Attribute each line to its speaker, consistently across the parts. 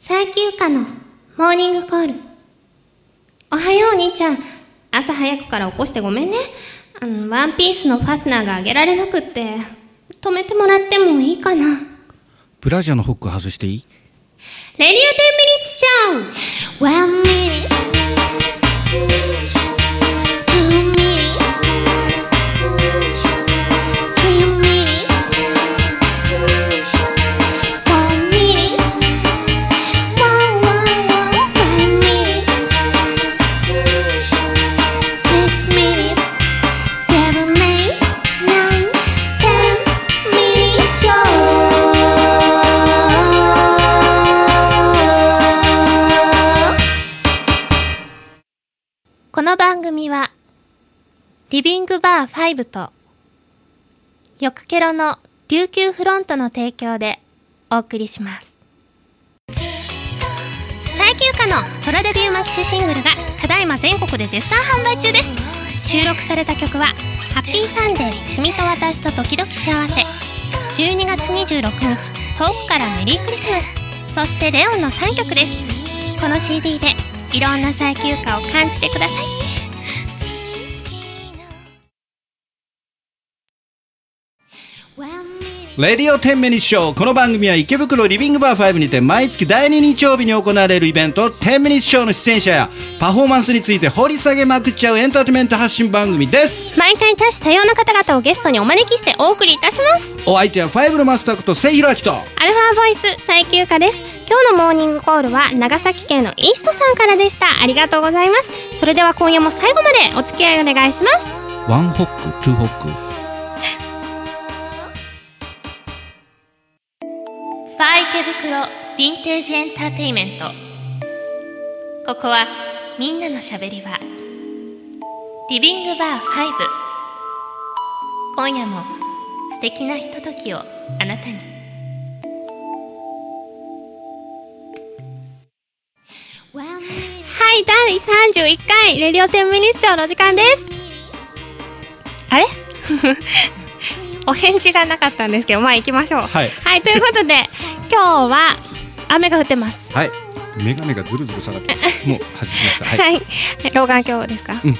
Speaker 1: 最休暇のモーニングコール。おはよう、兄ちゃん。朝早くから起こしてごめんね。あの、ワンピースのファスナーが上げられなくって、止めてもらってもいいかな。
Speaker 2: ブラジャーのホック外していい
Speaker 1: レディオ10ミニッツショー !1 ミニッツ、2ミニッツ、3ミニッツ、4ミニッツ、1 1 1 5 minutes, 6 minutes, 7 8 9 10 minutes show この番組は、リビングバー5と、よくケロの琉球フロントの提供でお送りします。最休暇のソラデビューマキシシングルがただいま全国で絶賛販売中です収録された曲は「ハッピーサンデー君と私と時々幸せ」12月26日遠くからメリークリスマスそして「レオン」の3曲ですこの CD でいろんな最休暇を感じてください
Speaker 2: レディオ10ミニッショーこの番組は池袋リビングバー5にて毎月第2日曜日に行われるイベント10ミニッショーの出演者やパフォーマンスについて掘り下げまくっちゃうエンターテインメント発信番組です
Speaker 1: 毎回多種多様な方々をゲストにお招きしてお送りいたします
Speaker 2: お相手は5のマスターこと清弘明と
Speaker 1: アルファボイス最休暇です今日のモーニングコールは長崎県のイーストさんからでしたありがとうございますそれでは今夜も最後までお付き合いお願いします
Speaker 2: ワンホックツーホック
Speaker 1: ファー池袋ヴィンテージエンターテイメントここはみんなのしゃべり場リビングバー5今夜も素敵なひとときをあなたにはい第31回レディオ天ミニッショーの時間ですあれ お返事がなかったんですけどまあ行きましょう
Speaker 2: はい
Speaker 1: はい、ということで、今日は雨が降ってます。
Speaker 2: はい眼鏡がずるずる下がってますもう外しました
Speaker 1: は、
Speaker 2: はいい、
Speaker 1: 老眼鏡ですか、
Speaker 2: うん
Speaker 1: はい。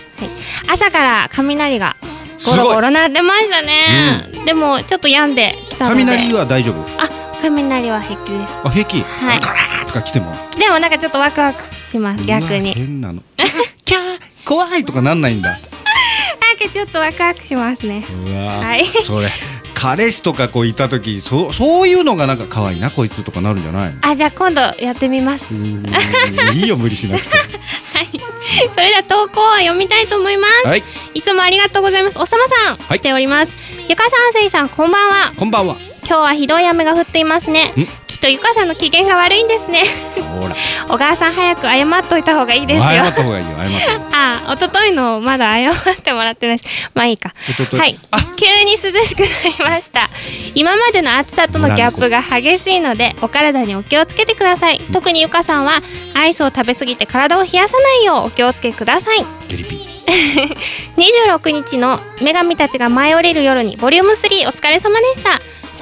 Speaker 1: 朝から雷が
Speaker 2: す
Speaker 1: ゴ
Speaker 2: ごい
Speaker 1: ロゴロ鳴ってましたね。でも、ちょっと病んできたので。
Speaker 2: 雷は大丈夫
Speaker 1: あ、雷は平気です。
Speaker 2: あ平気、
Speaker 1: はい
Speaker 2: あガラーとか来ても
Speaker 1: でも、なんかちょっとワクワクします。逆
Speaker 2: うわ
Speaker 1: に。
Speaker 2: 変なのキャーキャー怖いとかなんないんだ
Speaker 1: なんかちょっとワクワクしますね。
Speaker 2: うわー
Speaker 1: はい
Speaker 2: それ彼氏とかこういた時そうそういうのがなんか可愛いなこいつとかなるんじゃないの
Speaker 1: あ、じゃあ今度やってみます。
Speaker 2: う ーんいいよ無理しなくて
Speaker 1: はい。 それでは投稿を読みたいと思います。
Speaker 2: はい
Speaker 1: いつもありがとうございます。おさまさん、
Speaker 2: はい
Speaker 1: 来ております。ゆかさん、せいさん、こんばんは。
Speaker 2: こんばんは
Speaker 1: 今日はひどい雨が降っていますね
Speaker 2: ん
Speaker 1: きっとゆかさんの機嫌が悪いんですね
Speaker 2: ほら
Speaker 1: 小川さん早く謝っといた方がいいですよ
Speaker 2: 謝った方がいいよ謝った方がいい
Speaker 1: ああ、一昨日のまだ謝ってもらってないです。まあいいか。
Speaker 2: 一昨日
Speaker 1: はい。急に涼しくなりました。今までの暑さとのギャップが激しいので、お体にお気をつけてください。特にゆかさんは、アイスを食べ過ぎて体を冷やさないようお気をつけください。
Speaker 2: ゲリピ
Speaker 1: 26日の女神たちが舞い降りる夜にボリューム3お疲れ様でした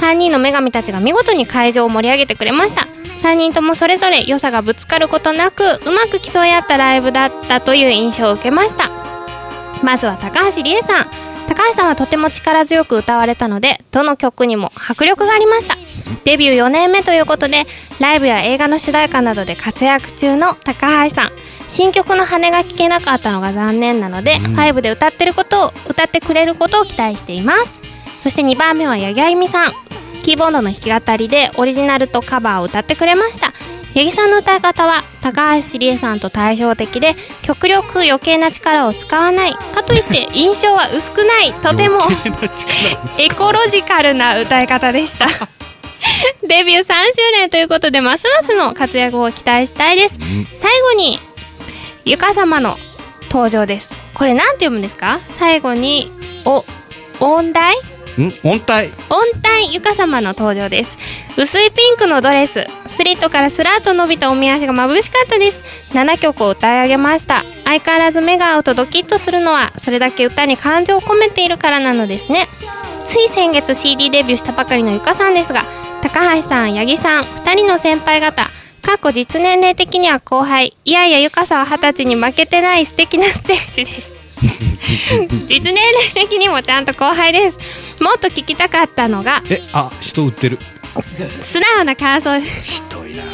Speaker 1: 3人の女神たちが見事に会場を盛り上げてくれました3人ともそれぞれ良さがぶつかることなくうまく競い合ったライブだったという印象を受けましたまずは高橋理恵さん高橋さんはとても力強く歌われたのでどの曲にも迫力がありましたデビュー4年目ということでライブや映画の主題歌などで活躍中の高橋さん新曲の「羽」が聴けなかったのが残念なので、
Speaker 2: うん
Speaker 1: ファイブで歌ってることを歌ってくれることを期待していますそして2番目は八木あゆみさんキーボードの弾き語りでオリジナルとカバーを歌ってくれました八木さんの歌い方は高橋理恵さんと対照的で極力余計な力を使わないかといって印象は薄くないとても
Speaker 2: 余計な力を
Speaker 1: エコロジカルな歌い方でした。 デビュー3周年ということでますますの活躍を期待したいです。最後にゆか様の登場です。これなんて読むんですか？最後にお音大
Speaker 2: ん音体
Speaker 1: 温帯ゆか様の登場です薄いピンクのドレススリットからスラッと伸びたおみ足が眩しかったです7曲を歌い上げました相変わらず目が合うとドキッとするのはそれだけ歌に感情を込めているからなのですねつい先月 CD デビューしたばかりのゆかさんですが高橋さん八木さん2人の先輩方かっこ実年齢的には後輩いやいやゆかさんは二十歳に負けてない素敵な選手です実年齢的にもちゃんと後輩ですもっと聞きたかったのが
Speaker 2: えあ人売ってる
Speaker 1: 素直な感想です
Speaker 2: ひどいな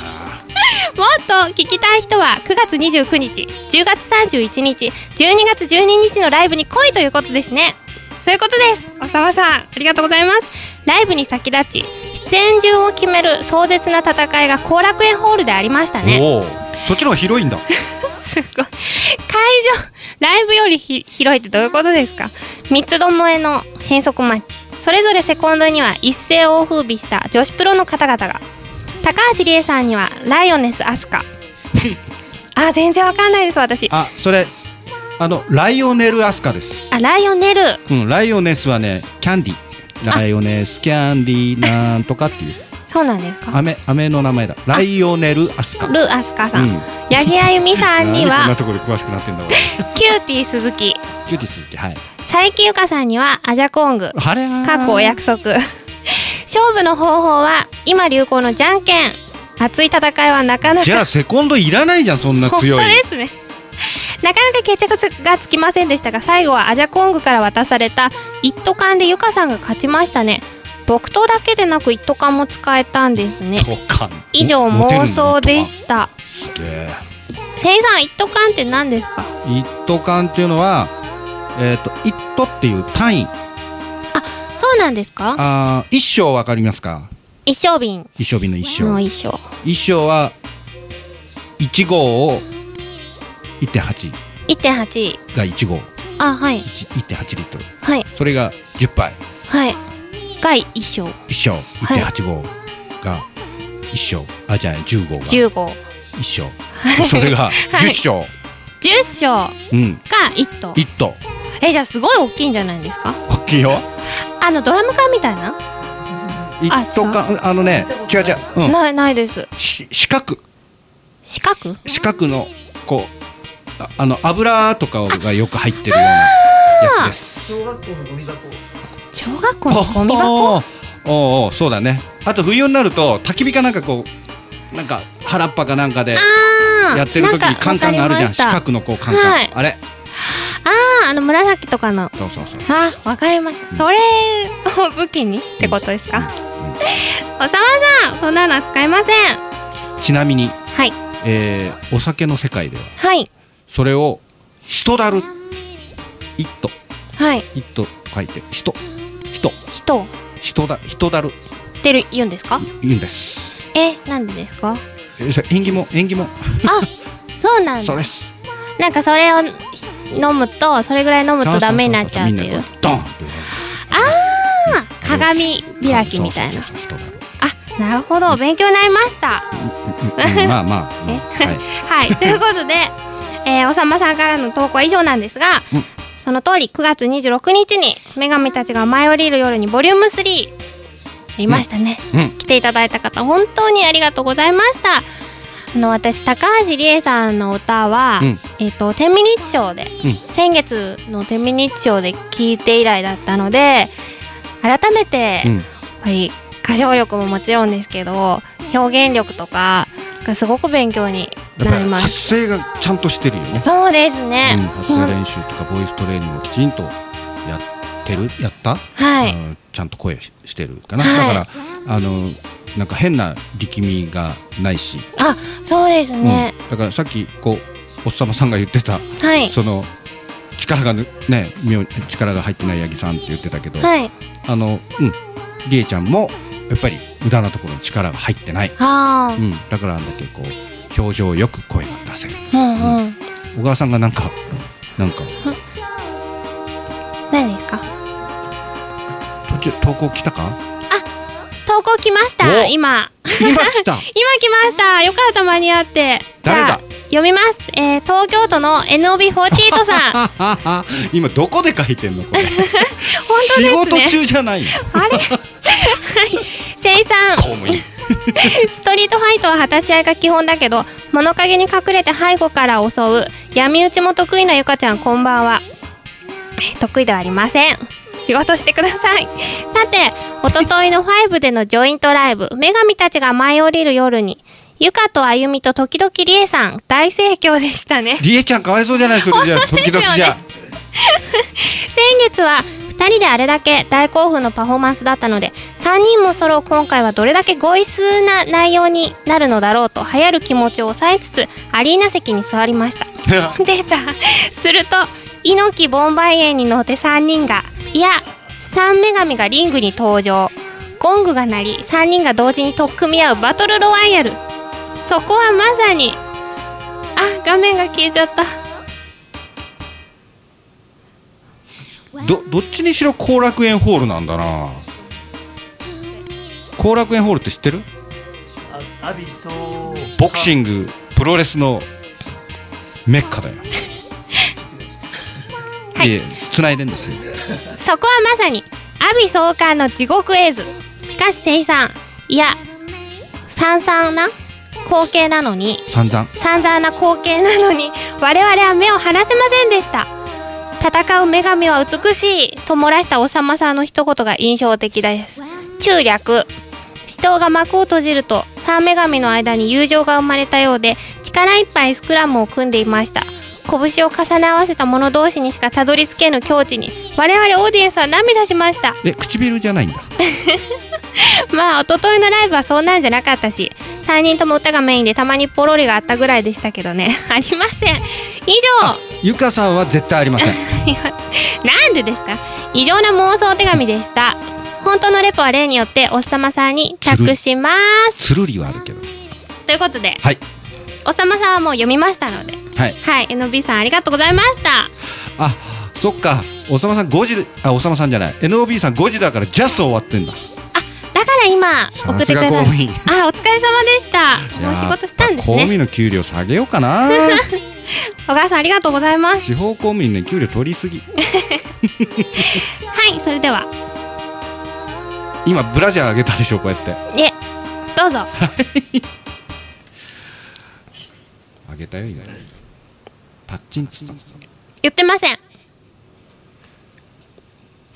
Speaker 1: もっと聞きたい人は9月29日10月31日12月12日のライブに来いということですねそういうことですおさわさんありがとうございますライブに先立ち出演順を決める壮絶な戦いが後楽園ホールでありましたね
Speaker 2: おおそっちの方が広いんだ
Speaker 1: すごい会場ライブよりひ広いってどういうことですか三つどもえの変則マッチそれぞれセコンドには一世を風靡した女子プロの方々が高橋理恵さんにはライオネスアスカ あ全然わかんないです私
Speaker 2: あそれあのライオネル・アスカです
Speaker 1: あライオネル
Speaker 2: うんライオネスはねキャンディ
Speaker 1: あ
Speaker 2: ライオネスキャンディなんとかっていう
Speaker 1: そうなんですか
Speaker 2: 飴飴の名前だライオネル・アスカ
Speaker 1: ルアスカさ、
Speaker 2: うんん
Speaker 1: 八木あゆみさんに
Speaker 2: なん
Speaker 1: は
Speaker 2: でこんなところで詳しくなっ てんだ俺
Speaker 1: キューティー鈴木
Speaker 2: キューティス好きはい
Speaker 1: 佐伯ゆかさんにはアジャコング
Speaker 2: あれは
Speaker 1: 過去お約束勝負の方法は今流行のじゃんけん熱い戦いはなかなか
Speaker 2: じゃあセコンドいらないじゃんそんな
Speaker 1: 本当
Speaker 2: 強い
Speaker 1: ですねなかなか決着がつきませんでしたが最後はアジャコングから渡された一斗缶でゆかさんが勝ちましたね木刀だけでなく一斗缶も使えたんですね
Speaker 2: とか
Speaker 1: 以上
Speaker 2: モテる
Speaker 1: 妄
Speaker 2: の
Speaker 1: 想でした
Speaker 2: とかすげえ
Speaker 1: せいさん一斗缶って何ですか
Speaker 2: 一斗缶っていうのはえっ、と一斗っていう単位
Speaker 1: そうなんですか
Speaker 2: あー一生わかりますか
Speaker 1: 一升瓶
Speaker 2: 一生日の一
Speaker 1: の衣
Speaker 2: 生
Speaker 1: 装
Speaker 2: 一生は一号を1.8
Speaker 1: 1.8
Speaker 2: が一号
Speaker 1: あはい
Speaker 2: 一1.8リットル
Speaker 1: はい
Speaker 2: それが10杯
Speaker 1: はいが衣装
Speaker 2: 一升
Speaker 1: はい
Speaker 2: 1.8号が一升あじゃあ10号が
Speaker 1: 10号
Speaker 2: 一升それが
Speaker 1: はい
Speaker 2: 10升
Speaker 1: 10章
Speaker 2: うん
Speaker 1: が一頭
Speaker 2: 一斗
Speaker 1: えじゃあすごい大きいんじゃないですか
Speaker 2: 大きいよ
Speaker 1: あのドラム缶みたいな、
Speaker 2: 一斗缶あのね違う違ううん
Speaker 1: ないないです
Speaker 2: し四角
Speaker 1: 四角
Speaker 2: 四角のこうああの油とかがよく入ってるようなやつです。
Speaker 3: 小学校のゴミ箱
Speaker 1: 小学校のゴミ箱
Speaker 2: おーおーおーそうだね。あと冬になると焚き火かなんかこうなんか原っぱかなんかで
Speaker 1: あー
Speaker 2: やってる時
Speaker 1: なん
Speaker 2: に
Speaker 1: か
Speaker 2: カンカンがあるじゃん。四
Speaker 1: わかりました
Speaker 2: 角のこうカン
Speaker 1: は
Speaker 2: カ
Speaker 1: い
Speaker 2: ンあれ
Speaker 1: あーあの紫とかの
Speaker 2: そうそうそう。
Speaker 1: あわかりましたそれを武器にってことですかおさまさんそんなのは使えません
Speaker 2: ちなみに、
Speaker 1: はい
Speaker 2: えーお酒の世界では
Speaker 1: はい
Speaker 2: それを人だる一斗
Speaker 1: はい
Speaker 2: 一斗と書いて人人
Speaker 1: 人
Speaker 2: 人だ人だる
Speaker 1: 出る言うんですか
Speaker 2: 言うんです。
Speaker 1: えなんでですか
Speaker 2: えそれ縁起も縁起も
Speaker 1: あそうなん
Speaker 2: そう
Speaker 1: だ
Speaker 2: です。
Speaker 1: なんかそれを飲むとそれぐらい飲むとダメになっちゃうって
Speaker 2: みん
Speaker 1: い
Speaker 2: な
Speaker 1: う
Speaker 2: こドンって
Speaker 1: あー鏡開きみたいな
Speaker 2: そうそうそうそう
Speaker 1: あなるほど勉強になりました
Speaker 2: 人だうんまあまあ、うんはい、
Speaker 1: はい、ということで、えーおさまさんからの投稿は以上なんですが、
Speaker 2: うん
Speaker 1: その通り9月26日に「女神たちが舞い降りる夜」にボリューム3やりましたね、
Speaker 2: うん
Speaker 1: 来ていただいた方本当にありがとうございましたあの私高橋理恵さんの歌は、
Speaker 2: うん
Speaker 1: えっ、と「天秤日賞で」
Speaker 2: うん
Speaker 1: 先月の「天秤日賞」で聴いて以来だったので改めて、
Speaker 2: うん
Speaker 1: やっぱり歌唱力ももちろんですけど表現力とかがすごく勉強に
Speaker 2: だか
Speaker 1: なり
Speaker 2: ら
Speaker 1: ま
Speaker 2: 発
Speaker 1: す
Speaker 2: 声がちゃんとしてるよね。
Speaker 1: そうです
Speaker 2: うん、
Speaker 1: ね、
Speaker 2: 発
Speaker 1: ほ
Speaker 2: 声
Speaker 1: ん
Speaker 2: 練習とかボイストレーニングをきちんとやってるやった、
Speaker 1: はい
Speaker 2: うんちゃんと声ししてるかな。
Speaker 1: はい
Speaker 2: だからあのなんか変な力みがないし、
Speaker 1: あそうですね、
Speaker 2: うんだからさっきこうおっさまさんが言ってた
Speaker 1: はい
Speaker 2: その力がぬね妙に力が入ってない八木さんって言ってたけど、
Speaker 1: はい
Speaker 2: あのうんりえちゃんもやっぱり無駄なところに力が入ってない、
Speaker 1: あ
Speaker 2: うん、だからあんだけこう表情よく声が出せる
Speaker 1: あうんうん、
Speaker 2: 小川さんがなんかなんか
Speaker 1: 何ですか
Speaker 2: 途中投稿来たか
Speaker 1: 投稿来まし
Speaker 2: お
Speaker 1: た今
Speaker 2: 今来
Speaker 1: 今来
Speaker 2: た
Speaker 1: ましたよかった間に合って
Speaker 2: 誰だ
Speaker 1: じゃあ読みます、えー、東京都の NOB48 さん本
Speaker 2: 今どこで書いてんのこ れ
Speaker 1: 当
Speaker 2: 仕
Speaker 1: です
Speaker 2: 事
Speaker 1: ね
Speaker 2: 中じゃないの
Speaker 1: あれはいせいさん
Speaker 2: 公務員
Speaker 1: ストリートファイトは果たし合いが基本だけど物陰に隠れて背後から襲う闇討ちも得意なゆかちゃんこんばんはえ得意ではありません仕事してくださいさておとといの5でのジョイントライブ「女神たちが舞い降りる夜に」ゆかとあゆみと時々りえさん大盛況でしたね
Speaker 2: りえちゃんかわいそう じゃないですかじゃあ
Speaker 1: 本当です
Speaker 2: 時
Speaker 1: よね
Speaker 2: 々じゃ
Speaker 1: 先月は2人であれだけ大興奮のパフォーマンスだったので3人もソロを今回はどれだけゴイスな内容になるのだろうと流行る気持ちを抑えつつアリーナ席に座りました
Speaker 2: あ
Speaker 1: 出たすると猪木ボンバイエンに乗って3人がいや3女神がリングに登場ゴングが鳴り3人が同時に取っ組み合うバトルロワイヤルそこはまさにあ画面が消えちゃった
Speaker 2: どどっちにしろ後楽園ホールなんだな後楽園ホールって知ってる
Speaker 3: あアビソー
Speaker 2: ボクシ
Speaker 3: グ
Speaker 2: ングプロレスのメッカだよ
Speaker 1: はい
Speaker 2: いえ繋いでんですよ
Speaker 1: そこはまさに阿ビ総監の地獄絵図しかし生産いや散々な光景なのに
Speaker 2: 散々
Speaker 1: 散々な光景なのに我々は目を離せませんでした戦う女神は美しいと漏らしたおさまさんの一言が印象的です中略死闘が幕を閉じると三女神の間に友情が生まれたようで力いっぱいスクラムを組んでいました拳を重ね合わせた者同士にしかたどり着けぬ境地に我々オーディエンスは涙しました
Speaker 2: え唇じゃないんだ
Speaker 1: まあ一昨日のライブはそんなんじゃなかったし3人とも歌がメインでたまにポロリがあったぐらいでしたけどね ありません以上
Speaker 2: ゆかさんは絶対ありま せん
Speaker 1: なんでですか異常な妄想手紙でした本当のレポは例によっておっさまさんに託します
Speaker 2: つるりはあるけど
Speaker 1: ということで
Speaker 2: はい
Speaker 1: おっさまさんはもう読みましたので
Speaker 2: はい
Speaker 1: はい NB さんありがとうございました
Speaker 2: あそっかおさまさん5時であおさまさんじゃない NOB さん5時だからジャスト終わってんだ
Speaker 1: あだから今送ってくだ
Speaker 2: さすが
Speaker 1: さ
Speaker 2: 公
Speaker 1: い
Speaker 2: 務員
Speaker 1: あお疲れ様でしたお仕事したんです
Speaker 2: 公務
Speaker 1: ね
Speaker 2: 員の給料下げよう かな
Speaker 1: 小川さんありがとうございます
Speaker 2: 地方公務員ね給料取りすぎ
Speaker 1: はいそれでは
Speaker 2: 今ブラジャーあげたでしょこうやって
Speaker 1: えどうぞ
Speaker 2: あげたよ意外にパッチンツン
Speaker 1: 言ってません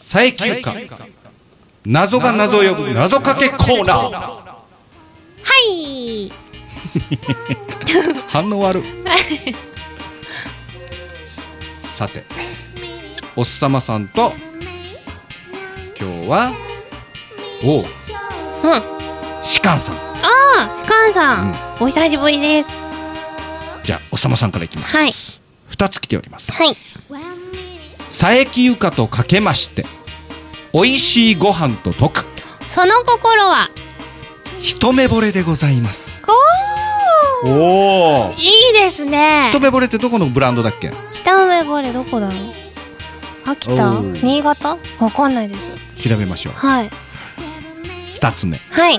Speaker 2: 佐伯か謎が謎を呼ぶ謎かけコーナー
Speaker 1: はい。
Speaker 2: 反応悪いさておっさまさんと今日は
Speaker 1: う
Speaker 2: おう
Speaker 1: ん。あ
Speaker 2: 士官さん
Speaker 1: あ、士官さん、お久しぶりです。
Speaker 2: じゃあおっさまさんからいきます
Speaker 1: はい。
Speaker 2: 2つ来ております
Speaker 1: はい。
Speaker 2: 佐伯ゆかとかけまして美味しいご飯と解く
Speaker 1: その心は。
Speaker 2: 一目惚れでございます
Speaker 1: おお。
Speaker 2: おお
Speaker 1: いいですね
Speaker 2: 一。目惚れってどこのブランドだっけ
Speaker 1: 北梅ボレどこだろう。秋田、
Speaker 2: おー
Speaker 1: 新潟。わかんないです。
Speaker 2: 調べましょう
Speaker 1: はい。
Speaker 2: 2つ目
Speaker 1: はい。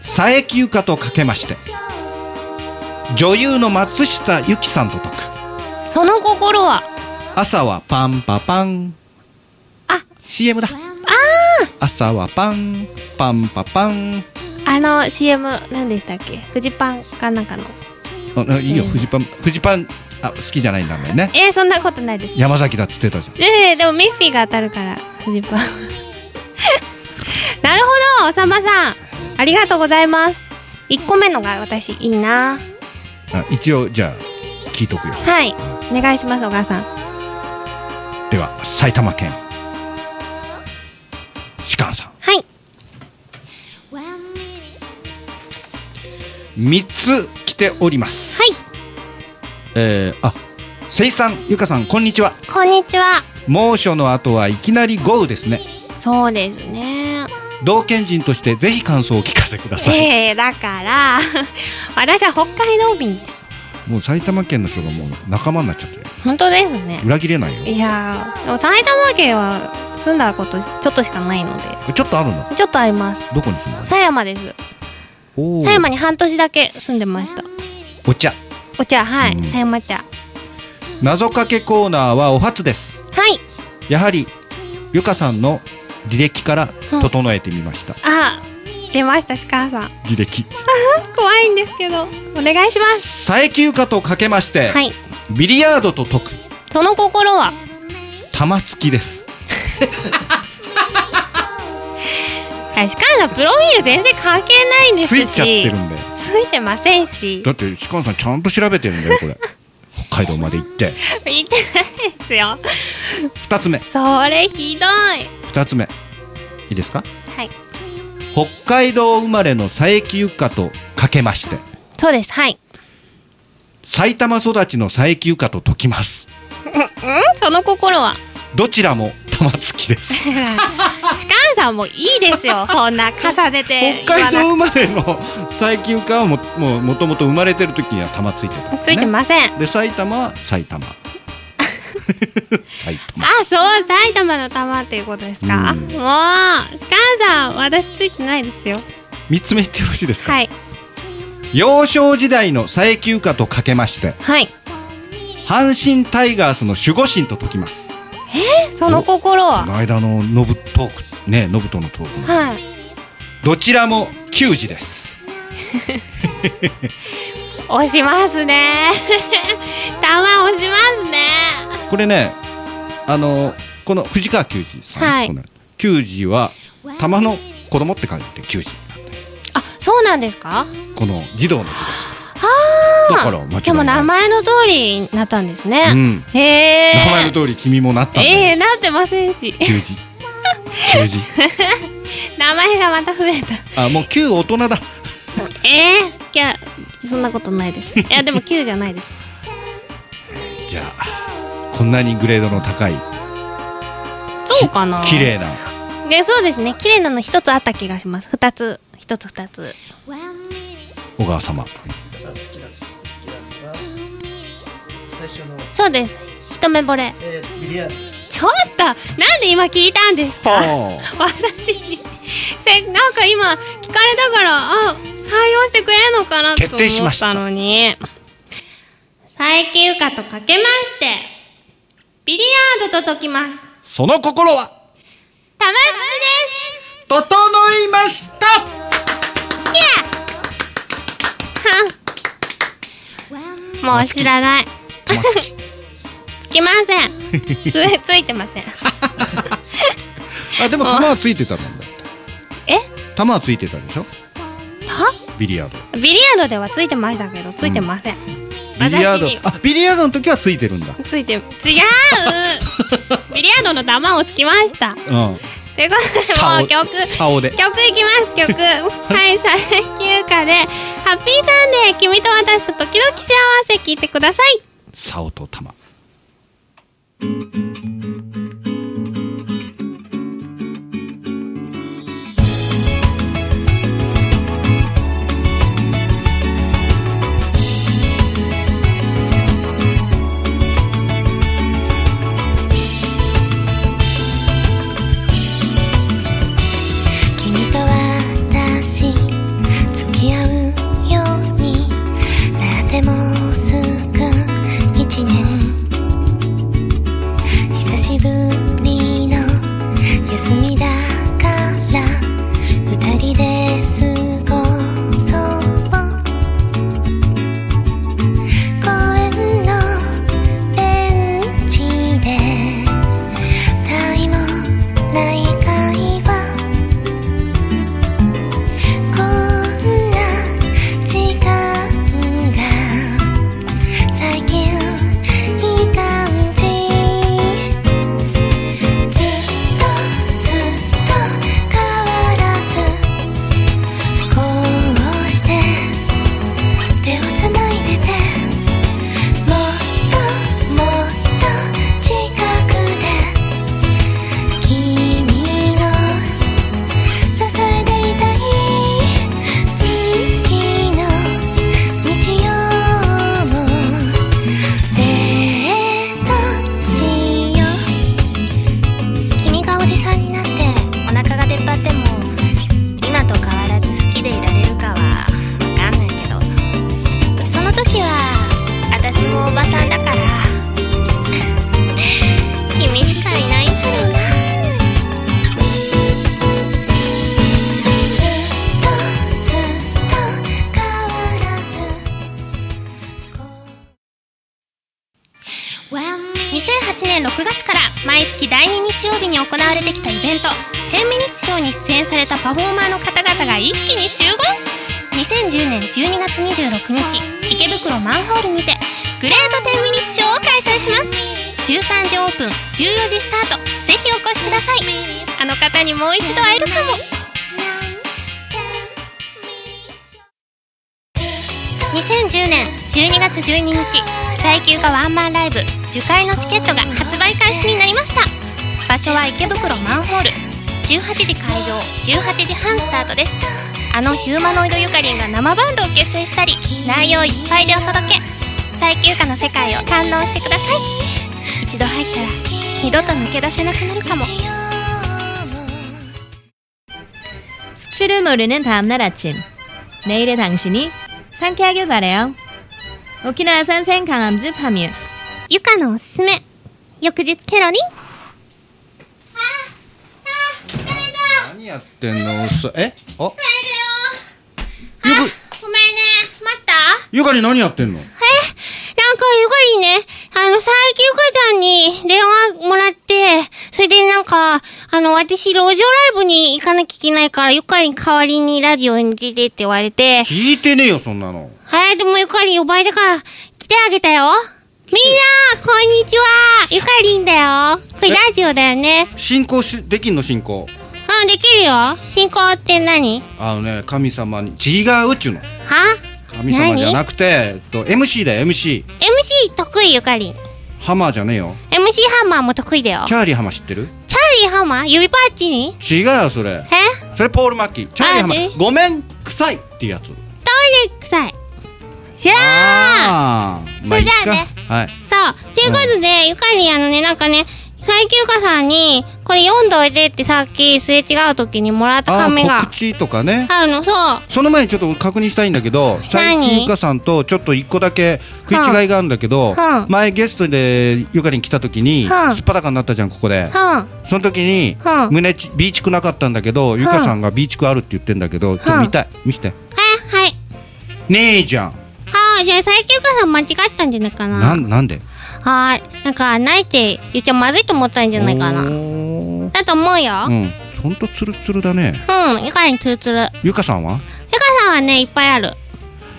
Speaker 2: 佐伯ゆかとかけまして女優の松下由紀さんと解く
Speaker 1: その心は。
Speaker 2: 朝はパンパパン
Speaker 1: あ
Speaker 2: CM だ朝はパンパンパパン
Speaker 1: あの CM 何でしたっけフジパンかなんかの
Speaker 2: ああいいよ
Speaker 1: うん
Speaker 2: フジパンフジパンあ好きじゃないんだもんね
Speaker 1: えー、そんなことないです
Speaker 2: 山崎だっつってたじゃん
Speaker 1: えー、でもミッフィーが当たるからフジパン なるほどおさまさんありがとうございます1個目のが私いいな
Speaker 2: あ一応じゃあ聞いとくよ
Speaker 1: はいお願いしますお母さん
Speaker 2: では埼玉県士官さん
Speaker 1: はい
Speaker 2: 3つ来ております
Speaker 1: はい
Speaker 2: えー、あせいさんゆかさんこんにちは
Speaker 1: こんにちは
Speaker 2: 猛暑の後はいきなり豪雨ですね
Speaker 1: そうですね
Speaker 2: 同県人としてぜひ感想を聞かせください、
Speaker 1: えー、だから 私は北海道民です
Speaker 2: もう埼玉県の人がもう仲間になっちゃってる
Speaker 1: 本当ですね
Speaker 2: 裏切れないよ
Speaker 1: いやーでも埼玉県は住んだことちょっとしかないの
Speaker 2: ちょっとあるの
Speaker 1: でちょっとあります
Speaker 2: どこに住むの
Speaker 1: 狭山です
Speaker 2: おー
Speaker 1: 狭山に半年だけ住んでました
Speaker 2: お茶
Speaker 1: お茶は
Speaker 2: う
Speaker 1: い
Speaker 2: ん
Speaker 1: 狭山茶
Speaker 2: 謎かけコーナーはお初です
Speaker 1: はい。
Speaker 2: やはりゆかさんの履歴から整えてみました、
Speaker 1: あ、出ました、シカーさん。
Speaker 2: 履歴
Speaker 1: 怖いんですけど、お願いします。
Speaker 2: 佐伯ゆかとかけまして、
Speaker 1: はい。
Speaker 2: ビリヤードと解く
Speaker 1: その心は、
Speaker 2: 玉突きです
Speaker 1: はい、シカーさん、プロフィール全然関係ないんで
Speaker 2: つ
Speaker 1: すし。
Speaker 2: いちゃってるんで
Speaker 1: つ吹いてませんし
Speaker 2: だって芝さんちゃんと調べてるんだよ これ北海道まで行って
Speaker 1: 吹いてないですよ
Speaker 2: 2つ目
Speaker 1: それひどい
Speaker 2: 2つ目いいですか
Speaker 1: はい
Speaker 2: 北海道生まれの佐伯ゆかとかけまして
Speaker 1: そうですはい
Speaker 2: 埼玉育ちの佐伯ゆかと解きます
Speaker 1: うんその心は
Speaker 2: どちらも玉突きです
Speaker 1: スカンさんもいいです よそんな重ねて
Speaker 2: 北
Speaker 1: 言
Speaker 2: 海道
Speaker 1: わ
Speaker 2: 生まれの佐伯ゆかはももうもともと生まれてる時には玉ついてたん
Speaker 1: な
Speaker 2: です
Speaker 1: ついてません、
Speaker 2: で埼玉は埼玉埼玉
Speaker 1: あそう埼玉の玉っていうことですか
Speaker 2: うん
Speaker 1: もうスカンさん私ついてないですよ
Speaker 2: 3つ目言ってよろしいですか、
Speaker 1: はい
Speaker 2: 幼少時代の佐伯ゆかとかけまして
Speaker 1: はい
Speaker 2: 阪神タイガースの守護神と解きます
Speaker 1: えその心
Speaker 2: こ
Speaker 1: は
Speaker 2: の間のノブトークねノブとのトークも
Speaker 1: はい
Speaker 2: どちらも球児です
Speaker 1: 押しますね 玉押しますね
Speaker 2: これねあのこの藤川球児さん、
Speaker 1: はい
Speaker 2: この球児は玉の子供って書いて球児
Speaker 1: あそうなんですか
Speaker 2: この児童の姿だから間違いない
Speaker 1: でも名前の通りになったんです
Speaker 2: う
Speaker 1: ね、
Speaker 2: ん
Speaker 1: へえ
Speaker 2: 名前の通り君もなったんだよ、
Speaker 1: ええなってませんし
Speaker 2: 球児球児
Speaker 1: 名前がまた増えた
Speaker 2: あもう旧大人だ
Speaker 1: ええいやそんなことない ですいやでも9じゃないです
Speaker 2: じゃあこんなにグレードの高い
Speaker 1: そうかな
Speaker 2: 綺麗な
Speaker 1: でそうですね綺麗なの一つあった気がします二つ一つ二つ
Speaker 2: 小川様
Speaker 3: さあ好きだ好きだな最初の
Speaker 1: そうです一目惚れ
Speaker 3: えー、ビリヤード
Speaker 1: ちょっとなんで今聞いたんですか
Speaker 2: はあ
Speaker 1: 私にせなんか今聞かれたからあ採用してくれるのかなと
Speaker 2: 決定し
Speaker 1: 思
Speaker 2: ま
Speaker 1: っ
Speaker 2: した
Speaker 1: たのに最近うかとかけましてビリヤードと解きます
Speaker 2: その心は
Speaker 1: 玉突
Speaker 2: 整いました
Speaker 1: きですはんもう知らない
Speaker 2: 玉突き
Speaker 1: つきませんつついてま せん
Speaker 2: あでも玉はついてたんだって
Speaker 1: え
Speaker 2: 玉はついてたでしょ
Speaker 1: は
Speaker 2: ビリヤード
Speaker 1: ビリヤードではついてましたけどついてません、
Speaker 2: ビリヤード
Speaker 1: 私に
Speaker 2: あビリヤードの時はついてるんだ
Speaker 1: ついて違うビリヤードの玉をつきました
Speaker 2: うん
Speaker 1: ということで
Speaker 2: 竿
Speaker 1: もう曲
Speaker 2: 竿で
Speaker 1: 曲いきます曲はい最休暇で「ハッピーサンデー君と私と時々幸せ」聞いてください
Speaker 2: 竿と玉
Speaker 4: 君と私付き合うようになってもうすぐ1年久しぶりの休みだから二人で過ごそう公園のベンチでたいもない会話こんな時間が最近いい感じずっとずっと変わらずこうして手をつないでてもっともっと近くで君の支えていたい月の日曜もデートしよう君がおじさんになってお腹が出っ張っても今と変わらず好きでいられるかは分かんないけどその時は私もおばさんだから君しかいないんだろうなずっとずっと変わらず
Speaker 1: 2008年6月から毎月第2日曜日に行われてきたイベント「10ミニッツショー」に出演されたパフォーマーの方々が一気に集合
Speaker 4: 2010年12月26日池袋マンホールにてグレート10ミニッツショーを開催します13時オープン14時スタートぜひお越しくださいあの方にもう一度会えるかも2010年12月12日最急がワンマンライブ受会のチケットが発売開始になりました場所は池袋マンホール18時会場18時半スタートですあのヒューマノイドゆかりんが生バンドを結成したり内容いっぱいでお届け最休暇の世界を堪能してください一度入ったら二度と抜け出せなくなるかも
Speaker 5: 숙취를 모르는 다음날 아침 내일의 당신이 상쾌하길 바래요 오키나와 산생 강함주 파뮤
Speaker 4: ゆかのおすすめ翌日ケロリン
Speaker 2: 何やってんの遅いえあ
Speaker 1: あごめんね待った
Speaker 2: ゆかり何やってんの
Speaker 1: なんかゆかりねあの最近ゆかちゃんに電話もらってそれでなんかあの私路上ライブに行かなきゃいけないからゆかりに代わりにラジオに出てって言われて
Speaker 2: 聞いてねえよそんなの
Speaker 1: はい、でもゆかりん呼ばれたから来てあげたよ。みんな、こんにちは。ゆかりんだよ。これ
Speaker 2: え
Speaker 1: ラジオだよね。
Speaker 2: 進行しできんの進行
Speaker 1: うん、できるよ。進行って何
Speaker 2: あのね神様に違うっちゅうの
Speaker 1: は
Speaker 2: 神様じゃなくて、えっと、MC だよ
Speaker 1: ?MC
Speaker 2: MC
Speaker 1: 得意ゆかりん。MC
Speaker 2: ハマーじゃねえよ
Speaker 1: ハンマーも得意だよ。
Speaker 2: チャーリーハマー知ってる
Speaker 1: チャーリーハンマー指パッチン
Speaker 2: 違うよそれ
Speaker 1: え
Speaker 2: それポール・マッキーチャーリーハマ
Speaker 1: あ
Speaker 2: ー
Speaker 1: で
Speaker 2: ごめん臭いっていうやつ
Speaker 1: トイレ臭い。じゃあ
Speaker 2: あーまあいいっす
Speaker 1: それだよね
Speaker 2: かはい
Speaker 1: さあ、ということで、ゆかりんあのね、なんかね、最休暇さんに、これ読んどいてってさっきすれ違う時にもらった
Speaker 2: あ
Speaker 1: 紙
Speaker 2: ー
Speaker 1: が
Speaker 2: 告知とかね
Speaker 1: あるの、そう。
Speaker 2: その前にちょっと確認したいんだけど最近ゆかさんとちょっと一個だけ食い違いがあるんだけど、
Speaker 1: はあ
Speaker 2: 前ゲストでゆかりん来た時に、
Speaker 1: はあ
Speaker 2: すっぱだかになったじゃんここで、
Speaker 1: はん。
Speaker 2: その時に、
Speaker 1: はあ
Speaker 2: 胸ち B 地区なかったんだけど、ゆかさんが B 地区あるって言ってんだけど、ちょっと見たい見して
Speaker 1: はい、はい。
Speaker 2: ねえじゃん
Speaker 1: はあ、じゃあ最休暇さん間違ったんじゃないかな。
Speaker 2: なんなんで
Speaker 1: はーい。なんか、ないって言っちゃまずいと思ったんじゃないか
Speaker 2: お
Speaker 1: な。
Speaker 2: ー
Speaker 1: だと思うよ。
Speaker 2: うんほんとツルツルだね
Speaker 1: うん、ゆかにツルツル。ゆか
Speaker 2: ゆかさんは
Speaker 1: さんはね、いっぱいある。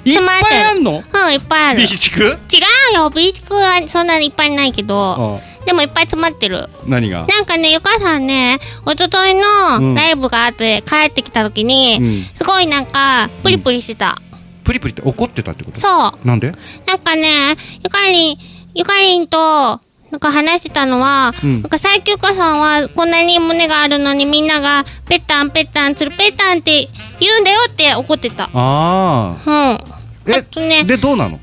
Speaker 2: いっ
Speaker 1: つま
Speaker 2: ぱ
Speaker 1: んでる
Speaker 2: いあんの
Speaker 1: うん、いっぱいある。違
Speaker 2: B 地
Speaker 1: う
Speaker 2: 区
Speaker 1: よ、ビーチクはそんなにいっぱいないけど、
Speaker 2: あ
Speaker 1: でもいっぱい詰まってる。
Speaker 2: 何が
Speaker 1: なんかね、ゆかさんね、おととい
Speaker 2: うん
Speaker 1: のライブがあって帰ってきた時に、
Speaker 2: うん
Speaker 1: すごいなんか、プリプリしてた。
Speaker 2: プリプリって怒ってたってこと
Speaker 1: そう。
Speaker 2: なんで
Speaker 1: なんかね、ゆかりん、ゆかりんと、なんか話してたのは、
Speaker 2: うん
Speaker 1: なんか最強家さんはこんなに胸があるのにみんながペッタンペッタンつるペッタンって言うんだよって怒ってた。
Speaker 2: あ
Speaker 1: うん。あ
Speaker 2: あえ
Speaker 1: とね、
Speaker 2: でどうなの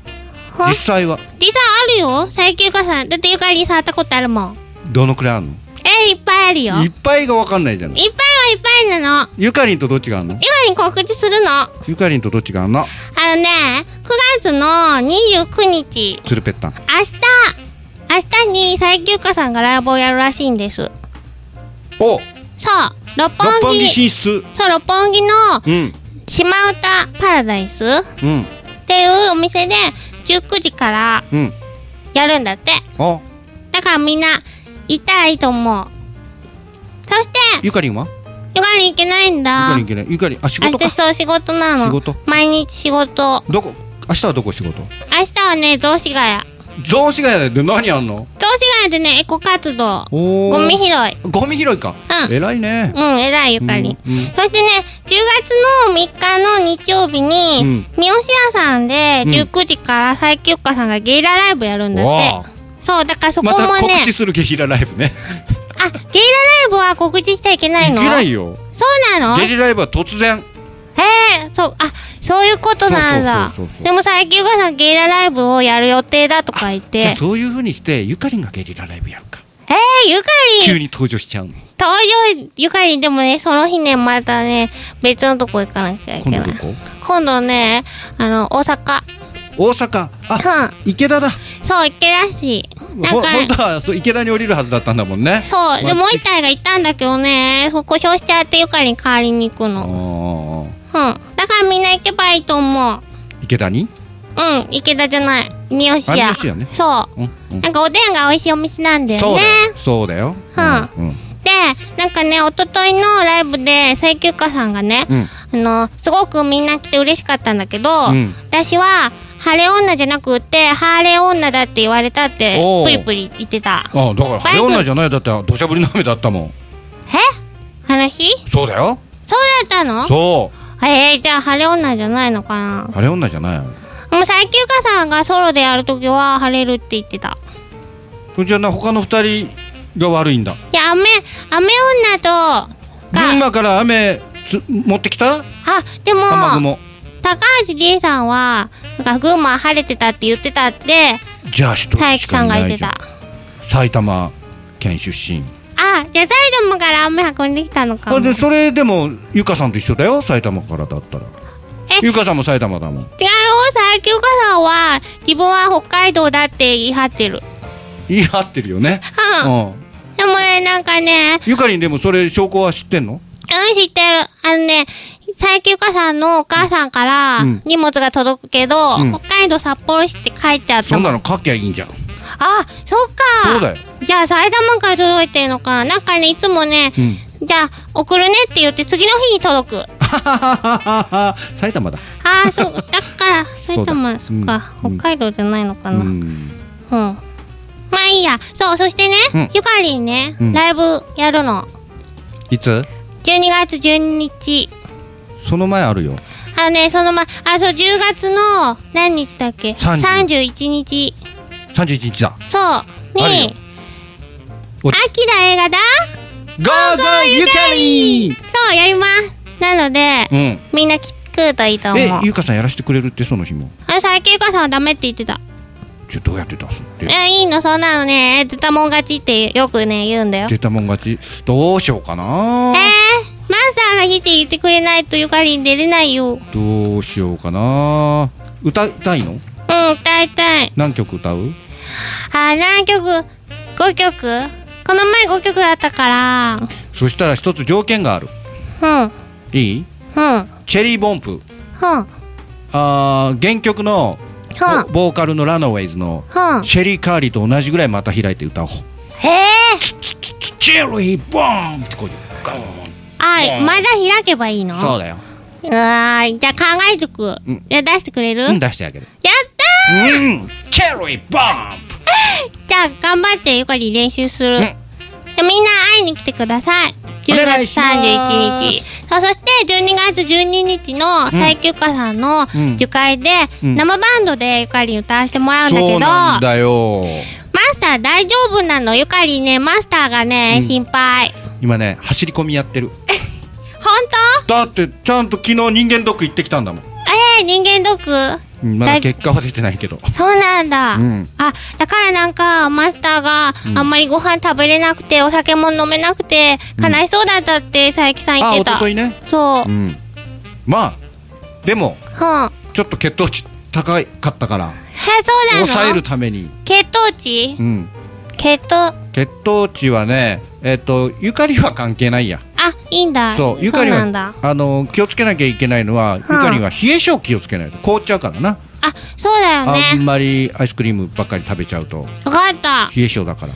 Speaker 1: ほ
Speaker 2: 実際は
Speaker 1: 実際あるよ、最強家さん。だってゆかりん触ったことあるもん。
Speaker 2: どのくらいあるの
Speaker 1: え、いっぱいあるよ。い
Speaker 2: い
Speaker 1: っ
Speaker 2: っぱいがわかんないじゃん
Speaker 1: ぱいはいっぱいなの。
Speaker 2: ゆかりんとどっちがあんの
Speaker 1: ゆかりん告知するの。あ
Speaker 2: ゆかりんとどっちがあんの
Speaker 1: のね、9月の29日、
Speaker 2: つるぺったん
Speaker 1: 明日、明日に最強家さんがライブをやるらしいんです。そう、
Speaker 2: お
Speaker 1: 六
Speaker 2: 六
Speaker 1: 本
Speaker 2: 本木
Speaker 1: 木。
Speaker 2: 進出
Speaker 1: そう、六本木の
Speaker 2: うん
Speaker 1: 島唄パラダイスっ
Speaker 2: うん
Speaker 1: ていうお店で19時から
Speaker 2: うん
Speaker 1: やるんだって。
Speaker 2: あ
Speaker 1: だからみんな行ったらいいと思う。そして、
Speaker 2: ゆかりんは
Speaker 1: ヨガに行けないん
Speaker 2: ゆ
Speaker 1: だ
Speaker 2: かりん。けないゆかりんあ仕事か
Speaker 1: 私そう仕事なの。
Speaker 2: 仕事
Speaker 1: 毎日仕事。
Speaker 2: どこ明日はどこ仕事
Speaker 1: 明日はね、雑司ヶ谷。
Speaker 2: 雑司ヶ谷で何あんの
Speaker 1: 雑司ヶ谷でね、エコ活動。
Speaker 2: おー
Speaker 1: ゴミ拾い。
Speaker 2: ゴミ拾いか
Speaker 1: うん
Speaker 2: 偉いね
Speaker 1: うん、偉いゆかりん。
Speaker 2: うんうん
Speaker 1: そしてね、10月の3日の日曜日に、三好屋さんで
Speaker 2: うん
Speaker 1: 19時から最強家さんがゲリラライブやるんだって。
Speaker 2: わあ
Speaker 1: そう、だからそこ
Speaker 2: ま
Speaker 1: もね、あ、ゲ
Speaker 2: た
Speaker 1: リ
Speaker 2: 告知するゲリラライブね
Speaker 1: ラライブは告知しちゃいけない
Speaker 2: い
Speaker 1: の
Speaker 2: けないよ
Speaker 1: そうなの
Speaker 2: ゲ
Speaker 1: へ
Speaker 2: リラライブは突然
Speaker 1: え、そう、あ、そういうことなんだ
Speaker 2: そうそうそうそう。
Speaker 1: でも最強家さんゲリラライブをやる予定だとか言っ
Speaker 2: じゃあ
Speaker 1: て、
Speaker 2: そういう風にしてゆかりんがゲリラライブやるか
Speaker 1: えー、ゆかりん、
Speaker 2: 急に登場しちゃうの
Speaker 1: 登場、ゆかりんでもね、その日ね、またね、別のとこ行かなきゃいけ
Speaker 2: 今
Speaker 1: な
Speaker 2: 度
Speaker 1: い
Speaker 2: ど。こ
Speaker 1: 今度ね、あの、大阪。
Speaker 2: 大阪あ池田だ
Speaker 1: そう、池田市。なん
Speaker 2: ほ本
Speaker 1: か、
Speaker 2: 当はそう池田に降りるはずだったんだもんね
Speaker 1: そう、で、もう
Speaker 2: う
Speaker 1: 一体が行ったんだけどね、そう故障しちゃってゆかりに代わりに行くの。
Speaker 2: あ
Speaker 1: うん。だからみんな行けばいいと思う。
Speaker 2: ー池田に
Speaker 1: うん、池田じゃない。三好
Speaker 2: あ
Speaker 1: 屋。
Speaker 2: 三好屋ね
Speaker 1: そうう。
Speaker 2: んうん
Speaker 1: なんかおでんが美味しいお店なんだよ
Speaker 2: そう
Speaker 1: ね
Speaker 2: だ。よそうだよ
Speaker 1: はあ
Speaker 2: うんうん
Speaker 1: なんかね一昨日のライブで最休暇さんがね、
Speaker 2: うん
Speaker 1: あのすごくみんな来て嬉しかったんだけど、
Speaker 2: うん
Speaker 1: 私は晴れ女じゃなくてハーレー女だって言われたって
Speaker 2: おー
Speaker 1: プリプリ言ってた
Speaker 2: ああだから晴れ女じゃないだって土砂降りの雨だったもん
Speaker 1: え話
Speaker 2: そうだよ
Speaker 1: そうだったの
Speaker 2: そ
Speaker 1: えー、じゃあ晴れ女じゃないのか
Speaker 2: う晴れ女じゃない
Speaker 1: なもう最休暇さんがソロでやるときは晴れるって言ってた
Speaker 2: じゃあな他の二人が悪いんだ
Speaker 1: いや雨雨女と
Speaker 2: 群
Speaker 1: が
Speaker 2: 馬から雨つ持ってきた
Speaker 1: あでも
Speaker 2: 雨雲
Speaker 1: 高橋理恵さんはなんか群馬晴れてたって言ってたって
Speaker 2: じゃあ一人
Speaker 1: 佐伯
Speaker 2: しか
Speaker 1: さ
Speaker 2: い
Speaker 1: んが
Speaker 2: な
Speaker 1: 言っ
Speaker 2: い
Speaker 1: て
Speaker 2: じゃ
Speaker 1: た
Speaker 2: ん埼玉県出身
Speaker 1: あじゃあサイドムから雨運んできたのか
Speaker 2: あ
Speaker 1: も
Speaker 2: でそれでもゆかさんと一緒だよ埼玉からだったら
Speaker 1: え
Speaker 2: ゆかさんも埼玉だもん
Speaker 1: 違うよ佐伯岡さんは自分は北海道だって言い張ってる
Speaker 2: 言い張ってるよね
Speaker 1: うん、
Speaker 2: うん
Speaker 1: でもねなんかね
Speaker 2: ゆかりんでもそれ証拠は知ってんの
Speaker 1: うん知ってるあのね佐伯岡さんのお母さんから
Speaker 2: うん
Speaker 1: 荷物が届くけど、
Speaker 2: うん
Speaker 1: 北海道札幌市って書いてあった
Speaker 2: そん
Speaker 1: もん
Speaker 2: なの書きゃいいんじゃん
Speaker 1: あそうか
Speaker 2: そうだよ
Speaker 1: じゃあ埼玉から届いてるのかなんかねいつもね、
Speaker 2: うん
Speaker 1: じゃあ送るねって言って次の日に届く
Speaker 2: 埼玉だ
Speaker 1: ああそうだから埼玉
Speaker 2: そ
Speaker 1: そう
Speaker 2: だ
Speaker 1: っか、
Speaker 2: うん
Speaker 1: 北海道じゃないのか
Speaker 2: う
Speaker 1: なうん、
Speaker 2: ん
Speaker 1: まあいいやそうそしてね、
Speaker 2: うん
Speaker 1: ゆかりんね、
Speaker 2: うん
Speaker 1: ライブやるの
Speaker 2: いつ
Speaker 1: 12月12日
Speaker 2: その前あるよ
Speaker 1: あのねそのまあそう10月の何日だっけ
Speaker 2: 30
Speaker 1: 31日
Speaker 2: 31日だ
Speaker 1: そう
Speaker 2: あるよ
Speaker 1: に
Speaker 2: お
Speaker 1: 秋田映画だ
Speaker 2: ゴーゴーゆかりん
Speaker 1: そうやりますなので、
Speaker 2: うん
Speaker 1: みんな聞くといいと思う
Speaker 2: えゆかさんやらせてくれるってその日も
Speaker 1: あ最近ゆかさんはダメって言ってた
Speaker 2: じゃあどうやって出すって
Speaker 1: えいいのそんなのね出たもん勝ちってよくね言うんだよ
Speaker 2: 出たもん勝ちどうしようか
Speaker 1: えー、
Speaker 2: な
Speaker 1: マスターが来て言ってくれないとゆかりん出れないよ。うん、
Speaker 2: どうしようかな歌いたいの
Speaker 1: 歌いたい。
Speaker 2: 何曲歌う
Speaker 1: あー、何曲 ?5 曲この前5曲だったから。
Speaker 2: そしたら一つ条件がある
Speaker 1: うん、うん、
Speaker 2: いい
Speaker 1: うん、うん。
Speaker 2: チェリーボンプあー原曲の
Speaker 1: は
Speaker 2: ボボーカルのラノウェイズの
Speaker 1: は
Speaker 2: シェリー・カーリーと同じぐらいまた開いて歌おう
Speaker 1: へえ
Speaker 2: チェリー・ボンプってこうガー
Speaker 1: あ、
Speaker 2: ン
Speaker 1: まだ開けばいいの
Speaker 2: そうだよ
Speaker 1: うわーじゃあ考えとく。
Speaker 2: うん
Speaker 1: じゃあ出してくれる、
Speaker 2: うん
Speaker 1: やっ
Speaker 2: 出してあげる
Speaker 1: た
Speaker 2: うんチェリー・ボンプ
Speaker 1: ーじゃあ頑張ってゆかり練習する。
Speaker 2: うん
Speaker 1: じゃあみんな会いに来てください。10
Speaker 2: お願い
Speaker 1: 月
Speaker 2: しま
Speaker 1: 31日。そうそして12月12日の最休暇さんの
Speaker 2: うん
Speaker 1: 受会で
Speaker 2: うん
Speaker 1: 生バンドでゆかりん歌わせてもらうんだけ
Speaker 2: そ
Speaker 1: ど、
Speaker 2: うなん
Speaker 1: マ
Speaker 2: だよ
Speaker 1: スター大丈夫なのゆかりんね、マスターがね、
Speaker 2: うん
Speaker 1: 心配。
Speaker 2: 今ね走り込みやってる
Speaker 1: ほんと
Speaker 2: だってちゃんと昨日人間ドック行ってきたんだもん
Speaker 1: えー、人間ドック
Speaker 2: うんまだ結果は出てないけど
Speaker 1: そうなんだ。
Speaker 2: うん
Speaker 1: あ、だからなんか、マスターが
Speaker 2: うん
Speaker 1: あんまりご飯食べれなくて、お酒も飲めなくて、悲しそうだったって、佐伯さん言
Speaker 2: あ
Speaker 1: って
Speaker 2: 一
Speaker 1: た。
Speaker 2: 昨日ね
Speaker 1: そう
Speaker 2: う。んまあでも
Speaker 1: はん。
Speaker 2: ちょっと血糖値高いかったから
Speaker 1: え、そう
Speaker 2: 抑
Speaker 1: な
Speaker 2: え
Speaker 1: の
Speaker 2: るために、
Speaker 1: 血糖値
Speaker 2: うん、
Speaker 1: 血糖、あ、
Speaker 2: 血糖値はねえっ、とゆかりは関係ないや
Speaker 1: いいんだ。
Speaker 2: そうゆかり
Speaker 1: なんだ
Speaker 2: は。あの気をつけなきゃいけないのは、ゆかりは冷え性気をつけないと凍っちゃうからな、
Speaker 1: あ、そうだよ
Speaker 2: あん
Speaker 1: ね。
Speaker 2: まりアイスクリームばっかり食べちゃうと
Speaker 1: わかった。
Speaker 2: 冷え性だから、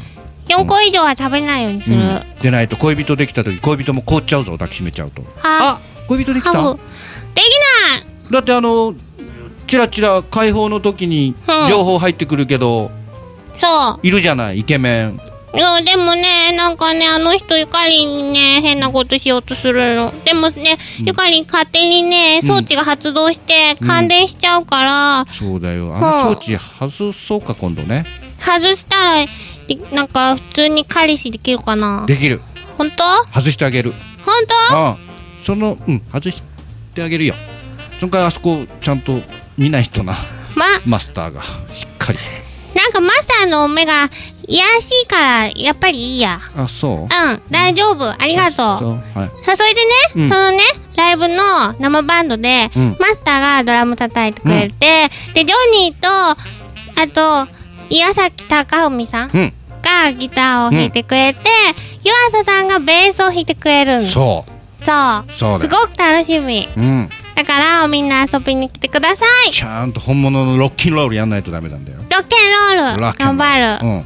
Speaker 1: 4個以上は食べないようにす
Speaker 2: う
Speaker 1: る。
Speaker 2: ん、でないと恋人できた時恋人も凍っちゃうぞ抱きしめちゃうと
Speaker 1: あ、
Speaker 2: 恋人できた
Speaker 1: ハグ。できない
Speaker 2: だってあのチラチラ解放の時に
Speaker 1: うん
Speaker 2: 情報入ってくるけど、
Speaker 1: そ
Speaker 2: いるじゃないイケメン
Speaker 1: う。そう、でもね、なんかね、あの人、ゆかりにね、変なことしようとするの。でもね、ゆかり勝手にね、装置が発動して、感電しちゃうから、
Speaker 2: そうだよあの装置外そうか今度ね
Speaker 1: 外したら、でなんか、普通に彼氏できるかな。
Speaker 2: できる
Speaker 1: ほんと
Speaker 2: 外してあげる
Speaker 1: ほんと
Speaker 2: うんそのうん外してあげるよそのからあそこちゃんと見ない人な
Speaker 1: ま、
Speaker 2: マスターがしっかり
Speaker 1: なんかマスターの目がいやらしいからやっぱりいいや。
Speaker 2: あそう
Speaker 1: うん、大丈夫。ありが
Speaker 2: そ
Speaker 1: とう。
Speaker 2: うはい
Speaker 1: さあそれでね、
Speaker 2: うん
Speaker 1: そのね、ライブの生バンドで、
Speaker 2: うん
Speaker 1: マスターがドラム叩いてくれて、で、ジョニーと、あと、岩崎貴文さん
Speaker 2: うん
Speaker 1: がギターを弾いてくれて、湯浅さんがベースを弾いてくれるの。そう。
Speaker 2: そそうだ
Speaker 1: す
Speaker 2: よ
Speaker 1: ごく楽しみ。
Speaker 2: ううん
Speaker 1: だから、みんな遊びに来てください。
Speaker 2: ちゃんと本物のロッキンロールやんないとダメなんだよ
Speaker 1: ロッケンロール、
Speaker 2: ロッキンロ
Speaker 1: 頑
Speaker 2: ール
Speaker 1: 張る。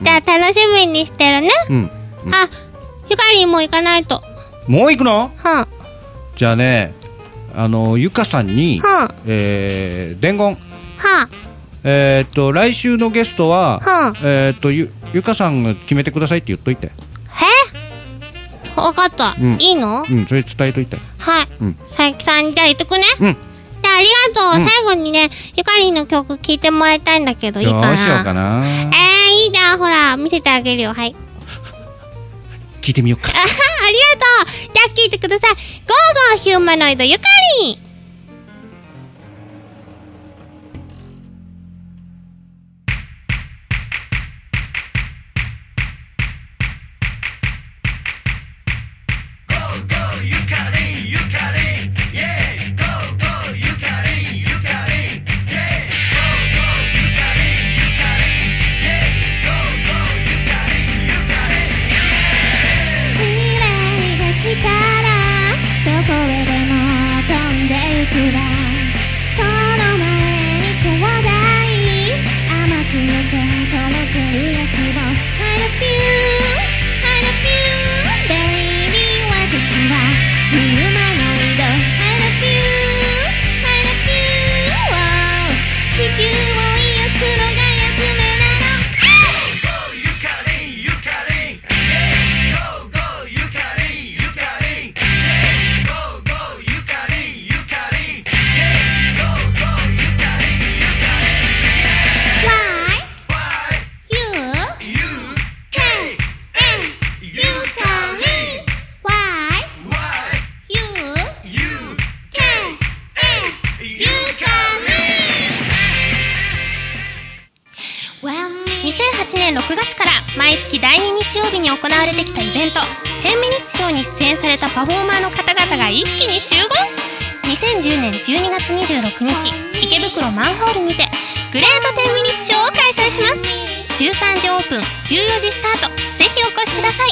Speaker 1: じゃあ、楽しみにしてるね。
Speaker 2: うんうん
Speaker 1: あ、ゆかりんも行かないと。
Speaker 2: もう行くの
Speaker 1: はん。
Speaker 2: じゃあねあのゆかさんに、
Speaker 1: はん。
Speaker 2: えー伝
Speaker 1: は
Speaker 2: 言えーっと来週のゲストは、
Speaker 1: はん
Speaker 2: えーっとゆゆかさんが決めてくださいって言っといて
Speaker 1: えわかった。
Speaker 2: うん
Speaker 1: いいの
Speaker 2: うんそれ伝えといて
Speaker 1: はい。
Speaker 2: うん
Speaker 1: 佐伯さんにじゃあ言っとくね。
Speaker 2: うん
Speaker 1: じゃあありがとう。
Speaker 2: うん
Speaker 1: 最後にね、ゆかりんの曲聴いてもらいたいんだけど、いい
Speaker 2: ど
Speaker 1: か
Speaker 2: う
Speaker 1: な
Speaker 2: しようかな
Speaker 1: えー、いいじゃん。ほら、見せてあげるよ。はい。
Speaker 2: 聞いてみようか
Speaker 1: あはありがとうじゃあ聞いてくださいゴーゴーヒューマノイドゆかりん
Speaker 4: 未来が来たらどこへでも飛んでゆくわその前にちょうだい甘く受け止めてるやつを I love you I love you baby 私はヒューマノイド I love you I love you wow 地球を癒すのが役目なの「Why? You? You? K? N? You tell me Why? You? You? K? N? You tell me
Speaker 1: 2008年6月から毎月第2日曜日に行われてきたイベント「10ミニッツショー」に出演されたパフォーマーの方々が一気に集合2010年12月26日池袋マンホールにてグレート10ミニッツショーを開催します13時オープン14時スタートぜひお越しください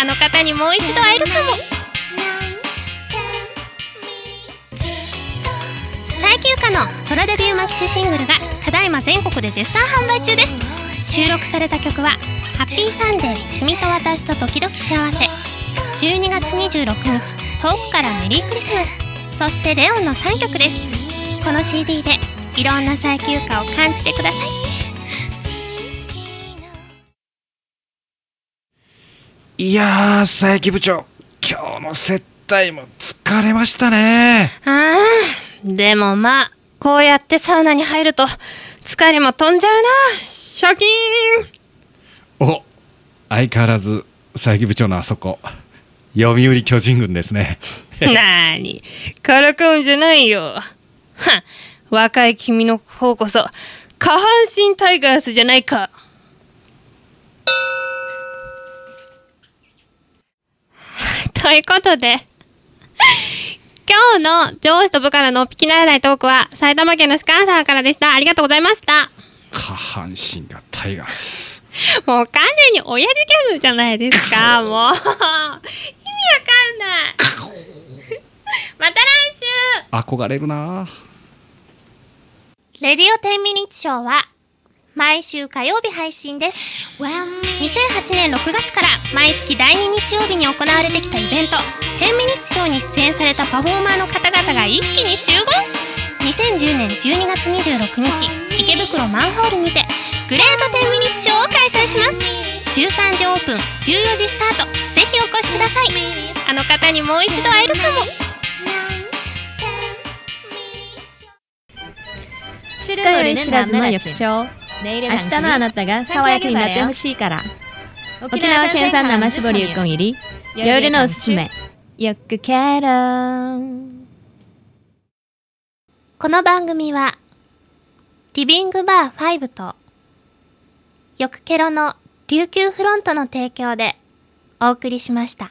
Speaker 1: あの方にもう一度会えるかも最休暇のソロデビューマキシシングルがただいま全国で絶賛販売中です収録された曲は「ハッピーサンデー君と私と時々幸せ」12月26日遠くからメリークリスマスそして「レオン」の3曲ですこの CD でいろんな最休暇を感じてください
Speaker 2: いやー佐伯部長今日の接待も疲れましたね
Speaker 1: あーでもまあこうやってサウナに入ると疲れも飛んじゃうなシャキーン
Speaker 2: お相変わらず佐伯部長のあそこ読売巨人軍ですね
Speaker 1: なーに、からかうんじゃないよ。はん若い君の方こそ、下半身タイガースじゃないか。ということで、 今日の上司と部下ののっぴきならないトークは、埼玉県のスカンさんからでした。ありがとうございました。
Speaker 2: 下半身がタイガース
Speaker 1: もう完全に親父ギャグじゃないです か、もう。意味わかんない。 また来週
Speaker 2: 憧れるな
Speaker 4: レディオ10ミニッツショーは毎週火曜日配信です。
Speaker 1: 2008年6月から毎月第2日曜日に行われてきたイベント「10ミニッツショー」に出演されたパフォーマーの方々が一気に集合2010年12月26日池袋マンホールにてグレート10ミニッツショーを開催します13時オープン14時スタートぜひお越しくださいあの方にもう一度会えるかも
Speaker 5: 수는 다음날 아침 아시다나 아나타가 사와야키 나테 호시이카라 오키나와 켄산 나마시보리 601이 열은 오스메 역극해롱
Speaker 4: この番組はリビングバー5とよくケロの琉球フロントの提供でお送りしました。